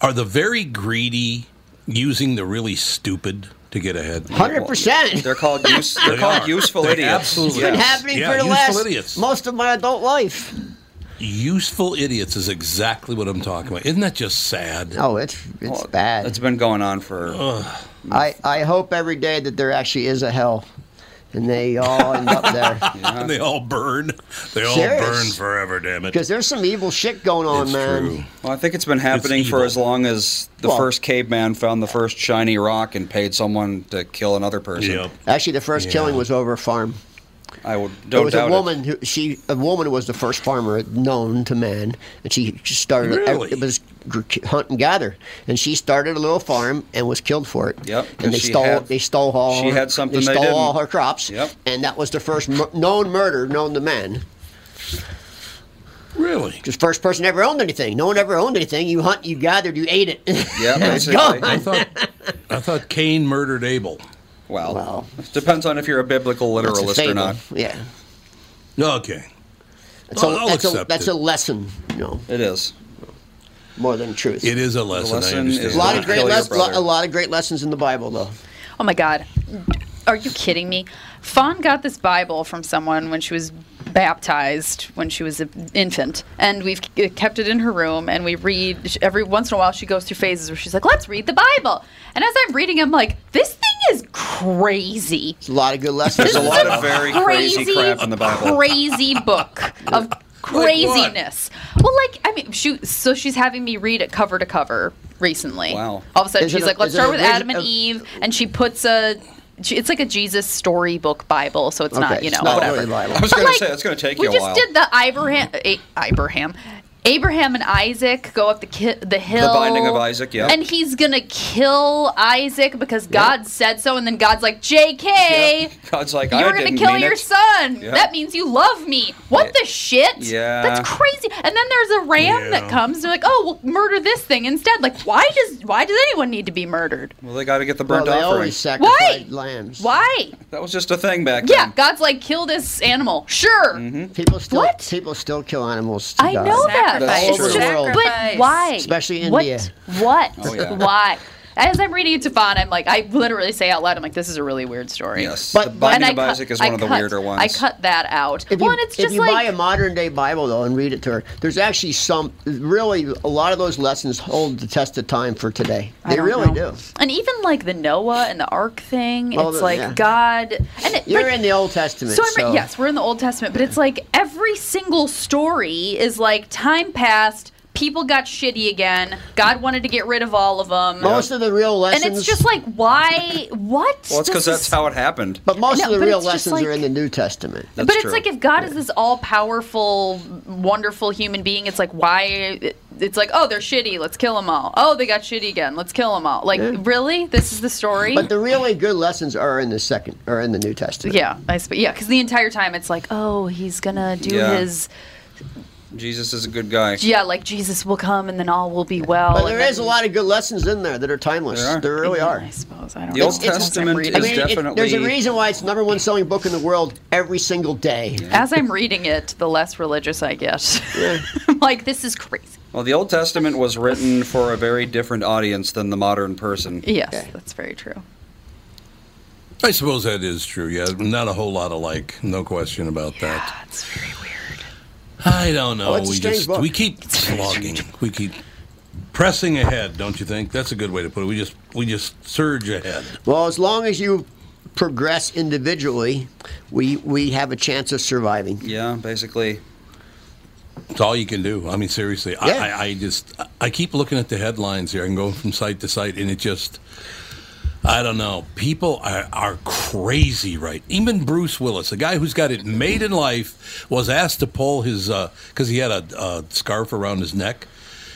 Are the very greedy using the really stupid to get ahead? 100%. They're called use, they're They called are. useful They idiots. It's absolutely been are. happening Yeah, for the useful last idiots. most of my adult life. Useful idiots is exactly what I'm talking about. Isn't that just sad? Oh, it's it's bad. It's been going on for. Oh, I, I hope every day that there actually is a hell, and they all end up <laughs> there they all burn. They all Serious. burn forever. Damn it! because there's some evil shit going on, man. Well, I think it's been happening for as long as the Well- first caveman found the first shiny rock and paid someone to kill another person. Actually, the first Yeah. killing was over a farm. I would don't it was doubt a it. woman who she a woman was the first farmer known to man, and she just started. Really? It was gr- hunt and gather, and she started a little farm and was killed for it. Yep. And, And they she stole had- they stole all she had something they they stole all didn't. her crops. Yep. And that was the first mur- known murder known to man. Really? Just first person ever owned anything. No one ever owned anything. You hunt, you gathered, you ate it. Yeah, And <laughs> it's basically. gone. I thought- I thought Cain murdered Abel. Well, depends on if you're a biblical That's a literalist or fable. not. Yeah. Okay. That's, I'll- a, I'll that's, a, accept that's it. a lesson, you know, It is. more than truth. It is a lesson. lesson I understand. a lot of great less, lo- a lot of great lessons in the Bible, though. Oh my God. Are you kidding me? Fawn got this Bible from someone when she was baptized when she was an infant and we've k- kept it in her room and we read every once in a while she goes through phases where she's like let's read the bible and as i'm reading i'm like this thing is crazy It's a lot of good lessons. There's a lot of very crazy crap in the Bible. crazy book of craziness. well, like I mean, shoot. So she's having me read it cover to cover recently. Wow. All of a sudden, Is it she's a- like, "Let's is it start a with vis- Adam and a- Eve," and she puts a. she- It's like a Jesus storybook Bible, so it's not Okay, you know it's not whatever. really the Bible. I was But, gonna like, say, it's gonna take we you a just while. did the Abraham, A- Abraham, Abraham and Isaac go up the ki- the hill. Binding of Isaac, yeah. And he's gonna kill Isaac because God said so, and then God's like, "J.K." God's like, You're I gonna didn't kill mean your it. son. Yeah. That means you love me. What the shit? Yeah. that's crazy. And then there's a ram Yeah. that comes. They're like, oh, well, murder this thing instead. Like, why does why does anyone need to be murdered? Well, they got to get the burnt Well, they offering. always sacrificed Why? lambs. Why? That was just a thing back then. Yeah, God's like, kill this animal. Sure. Mm-hmm. People still people still kill animals. To I God. know that. All It's over the just- world. But why? Especially What? India. What? Oh, yeah. Why? As I'm reading it to Fawn, I'm like, I literally say out loud, I'm like, this is a really weird story. Yes, But- the Binding And of I cut- Isaac is I one of the cut- weirder I ones. cut that out. If you, One, it's if just you like buy a modern day Bible though and read it to her, there's actually some really a lot of those lessons hold the test of time for today. I They don't really know. do. And even like the Noah and the Ark thing, Well, it's the- like yeah. God. And it, You're like, in the Old Testament, So, so, I'm, re- yes, we're in the Old Testament, but it's like every single story is like time passed. People got shitty again. God wanted to get rid of all of them. Most of the real lessons. and it's just like why? What? Well, it's because This that's is- how it happened. But most No, of the but real it's just lessons like- are in the New Testament. but it's like if God is this all powerful, wonderful human being, it's like why? It's like oh, they're shitty. Let's kill them all. Oh, they got shitty again. Let's kill them all. Like Yeah. really? This is the story. But the really good lessons are in the second or in the New Testament. Yeah, I sp- yeah, because the entire time it's like, oh, he's gonna do Yeah. his Jesus is a good guy. yeah, like Jesus will come and then all will be well. But there and is a lot of good lessons in there that are timeless. There There, are. really Yeah, are. I suppose I don't The know. Old Testament I is mean, it- definitely- there's a reason why it's the number one selling book in the world every single day. then- As I'm reading it, the less religious I get. <laughs> I'm like, this is crazy. Well, the Old Testament was written for a very different audience than the modern person. Yes, that's very true. I suppose that is true. Yeah, not a whole lot alike. No question about <sighs> that. Yeah, it's very weird. I don't know. Well, it's a we strange just book. we keep slogging. We keep pressing ahead. Don't you think? That's a good way to put it. We just we just surge ahead. Well, as long as you progress individually, we we have a chance of surviving. Yeah, basically. It's all you can do. I mean, seriously. Yeah. I, I, I just I keep looking at the headlines here. I can go from site to site, and it just I don't know. People are, are crazy, right? Even Bruce Willis, a guy who's got it made uh, in life, was asked to pull his because he had a, a scarf around his neck.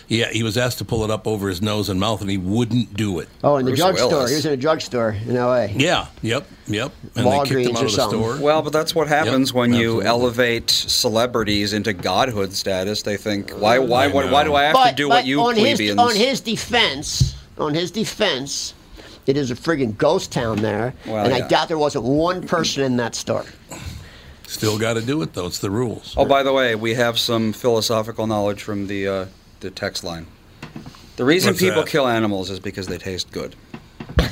Yeah, he was asked to pull it up over his nose and mouth, and he wouldn't do it. Oh, in the drugstore. He was in a drugstore in L.A. Yeah. Yep. Yep. And they Walgreens kicked him out or of the something. store. Well, but that's what happens when you elevate celebrities into godhood status. They think, why, why, why, why do I have to do what you on plebeians? His, on his defense, on his defense, it is a friggin' ghost town there, Well, and I yeah. doubt there wasn't one person in that store. Still got to do it though. It's the rules. Oh, by the way, we have some philosophical knowledge from the uh, the text line. The reason What's people that? kill animals is because they taste good.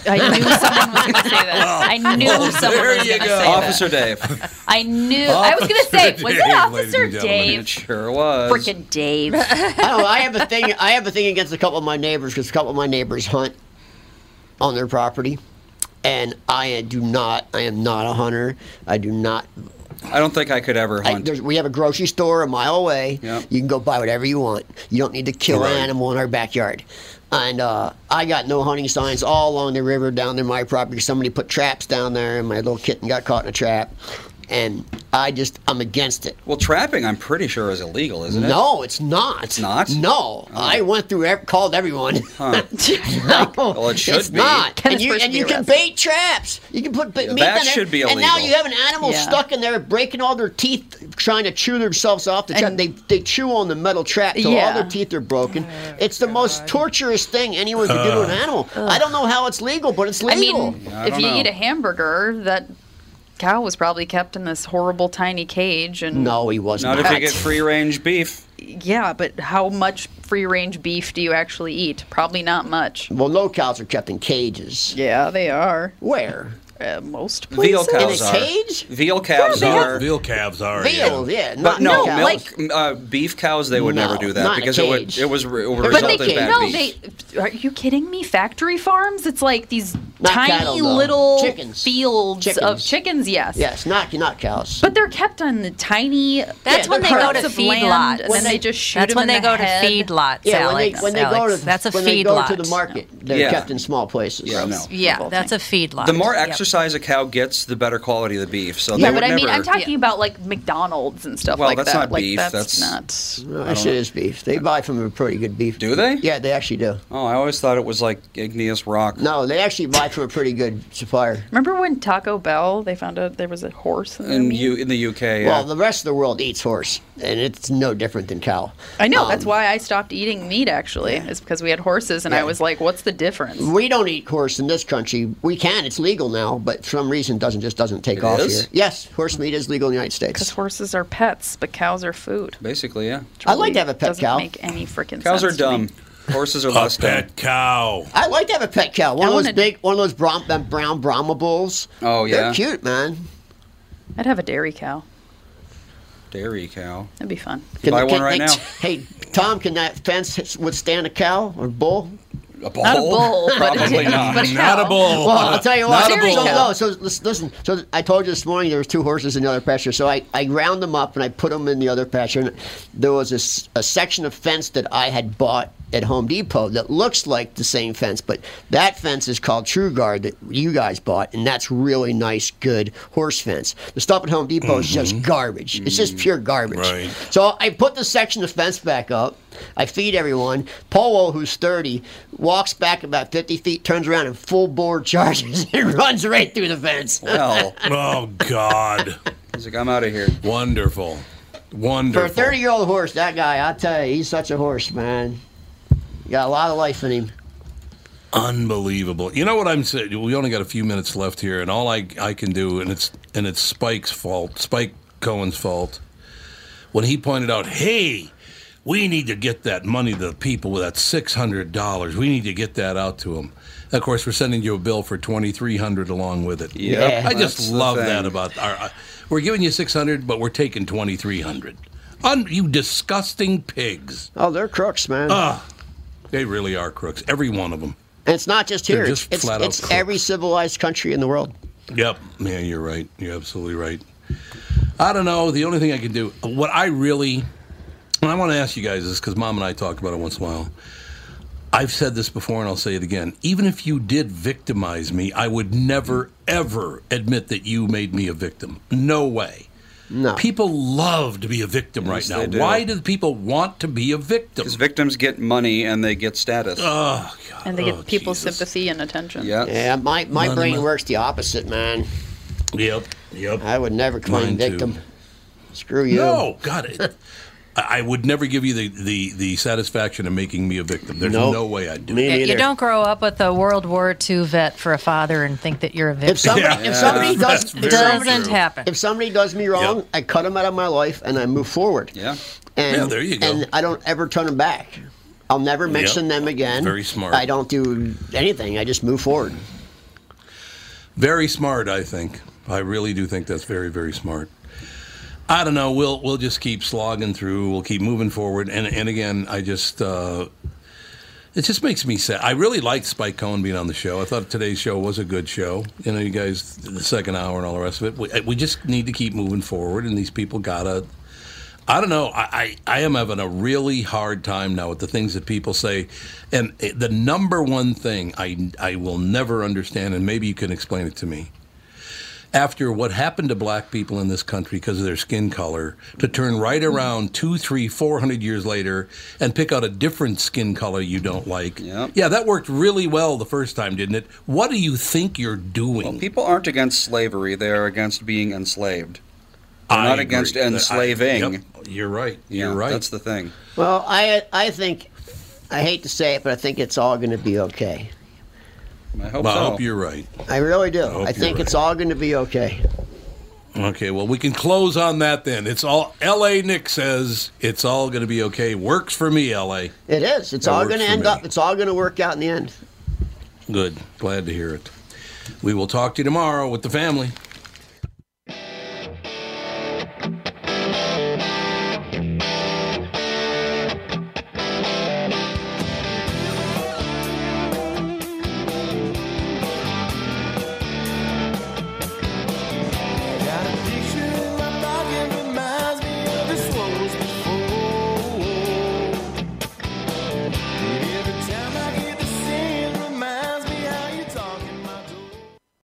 I knew someone was going to say that. I knew Well, someone was going to say that. Officer Dave. <laughs> I knew. I was going to <laughs> say, was it Officer It Dave? sure was. Freaking Dave. I, don't know, Oh, I have a thing. I have a thing against a couple of my neighbors because a couple of my neighbors hunt on their property, and I do not. I am not a hunter. I do not. I don't think I could ever I, hunt. there's, we have a grocery store a mile away. Yep. You can go buy whatever you want. You don't need to kill Right. an animal in our backyard. And uh, I got no hunting signs all along the river down there my property. Somebody put traps down there, and my little kitten got caught in a trap. And I just, I'm against it. well, trapping, I'm pretty sure, is illegal, isn't it? No, it's not. It's not? Oh. No, I went through, ev- called everyone. <laughs> Huh. Well, it should it's be. not. Can and this you, person and be you can arrested? bait traps. You can put bait meat that on there, should be And now illegal. you have an animal Yeah. stuck in there, breaking all their teeth, trying to chew themselves off. The trap. And- They they chew on the metal trap till all Yeah. Oh, their teeth are broken. it's the most torturous thing anyone could do to an animal. I don't know how it's legal, but it's I legal. mean, I if don't you know. eat a hamburger, that cow was probably kept in this horrible tiny cage. And no, he was Not not. if you get free range beef. yeah, but how much free range beef do you actually eat? Probably not much. well, no cows are kept in cages. Yeah, they are. Where? Uh, most Veal places. cows In a are. cage? Veal calves they are. Veal calves are. yeah. Veal, yeah. But Not no, cows. milk, uh, beef cows, they would No, never do not that in a because it would cage. it was re- it would But result they in can- bad no, beef. they. Are you kidding me? Factory farms? It's like these Not tiny cattle, though. little Chickens. fields of Chickens. chickens. Yes. Yes, not not cows. But they're kept on the tiny. That's Yeah, when they they're go parts to of land, feedlot. and then they just shoot That's 'em when in they the go head. to feedlot. Yeah, Alex. when they, when Alex. they go to that's a when feedlot. they go to the market, they're Yeah. kept in small places. Yeah, no. Yeah, that's a feedlot. The more Yep. exercise a cow gets, the better quality of the beef. So Yeah, they but would I mean, never, I'm talking about like McDonald's and stuff Well, like that's that. not like beef, that's, that's- not. No, that shit is beef. They buy from a pretty good beef. Do they? Yeah, they actually do. Oh, I always thought it was like igneous rock. No, they actually buy from a pretty good supplier. Remember when Taco Bell? They found out there was a horse in, their in meat? you in the UK. Well, Yeah. the rest of the world eats horse, and it's no different than cow. I know. Um, that's why I stopped eating meat. Actually, is because we had horses, and I Yeah. was like, "What's the difference?" We don't eat horse in this country. We can; it's legal now, but for some reason, it doesn't just doesn't take It off is? here. Yes, horse meat is legal in the United Because States. horses are pets, but cows are food. Basically, yeah. Which I'd like to have a pet doesn't cow. Make any freaking Cows are sense to me. dumb. Horses are A less dumb. pet cow. I like to have a pet cow. One I of those wanted- big, one of those brown, them brown Brahma bulls. Oh, yeah? they're cute, man. I'd have a dairy cow. Dairy cow. That'd be fun. Can, Buy one can- right hey, now. Hey, Tom, can that fence withstand a cow or bull? A bull? Not a bull, <laughs> but- Probably not. but- Not a bull. Well, I'll tell you what. Not a bull. so, no, so lis- listen. So I told you this morning there was two horses in the other pasture. So I, I round them up and I put them in the other pasture. And there was a s- a, section of fence that I had bought at Home Depot that looks like the same fence, but that fence is called True Guard that you guys bought, and that's really nice, good horse fence. The stuff at Home Depot is Mm-hmm. just garbage. It's just pure garbage. Right. So I put the section of fence back up. I feed everyone. Polo, who's 30, walks back about 50 feet, turns around and full board <laughs> charges and runs right through the fence. Well, Oh God. he's like, I'm out of here. Wonderful. For Wonderful. a 30 year old horse, that guy, I tell you, he's such a horse, man. You got a lot of life in him. Unbelievable. You know what I'm saying? We only got a few minutes left here, and all I I can do, and it's and it's Spike's fault, Spike Cohen's fault, when he pointed out, hey, we need to get that money to the people with that six hundred dollars. We need to get that out to them. Of course, we're sending you a bill for twenty three hundred along with it. Yep, I just that's the love thing. that about our. uh, we're giving you six hundred, but we're taking twenty three hundred. Un, you disgusting pigs! Oh, they're crooks, man. Ah. They really are crooks, every one of them. and it's not just they're here, just it's, flat out it's, it's crooks. every civilized country in the world. Yep. Yeah, you're right. You're absolutely right. I don't know. The only thing I can do, what I really, and I want to ask you guys this because mom and I talk about it once in a while. I've said this before and I'll say it again. Even if you did victimize me, I would never, ever admit that you made me a victim. No way. No. People love to be a victim Yes, right now. they do. Why do people want to be a victim? Because victims get money and they get status. Oh, and they get people's sympathy and attention. Yeah. Yeah, my, my Money. brain works the opposite, man. Yep, yep. I would never claim Mine too. victim. Screw you. No, God, it, I I would never give you the, the, the satisfaction of making me a victim. There's Nope. no way I'd do Me it. You don't grow up with a World War II vet for a father and think that you're a victim. If somebody, if somebody does, if somebody- doesn't happen. If somebody does me wrong, Yep. I cut them out of my life and I move forward. Yeah. And, Yeah, there you go. And I don't ever turn them back. I'll never Yep. mention them again. Very smart. I don't do anything. I just move forward. Very smart, I think. I really do think that's very, very smart. I don't know. We'll we'll just keep slogging through. We'll keep moving forward. And and again, I just uh, it just makes me sad. I really liked Spike Cohen being on the show. I thought today's show was a good show. You know, you guys, the second hour and all the rest of it. We, we just need to keep moving forward, and these people gotta. I don't know. I, I, I am having a really hard time now with the things that people say. And it- the number one thing I, I will never understand, and maybe you can explain it to me, after what happened to black people in this country because of their skin color, to turn Hmm. right around two, three, four hundred years later and pick out a different skin color you don't like. Yeah, that worked really well the first time, didn't it? What do you think you're doing? People aren't against slavery; they are against being enslaved. They're I not agree. against That- I- enslaving. yep, you're right. You're right. That's the thing. Well, I I think I hate to say it, but I think it's all going to be okay. I hope Well, I so. hope you're right. I really do. hope I, you're think right. it's all going to be okay. Okay, well, we can close on that then. It's all LA Nick says it's all going to be okay. Works for me, LA. It is. It's That all works going to for end me. up. It's all going to work out in the end. Good. Glad to hear it. We will talk to you tomorrow with the family.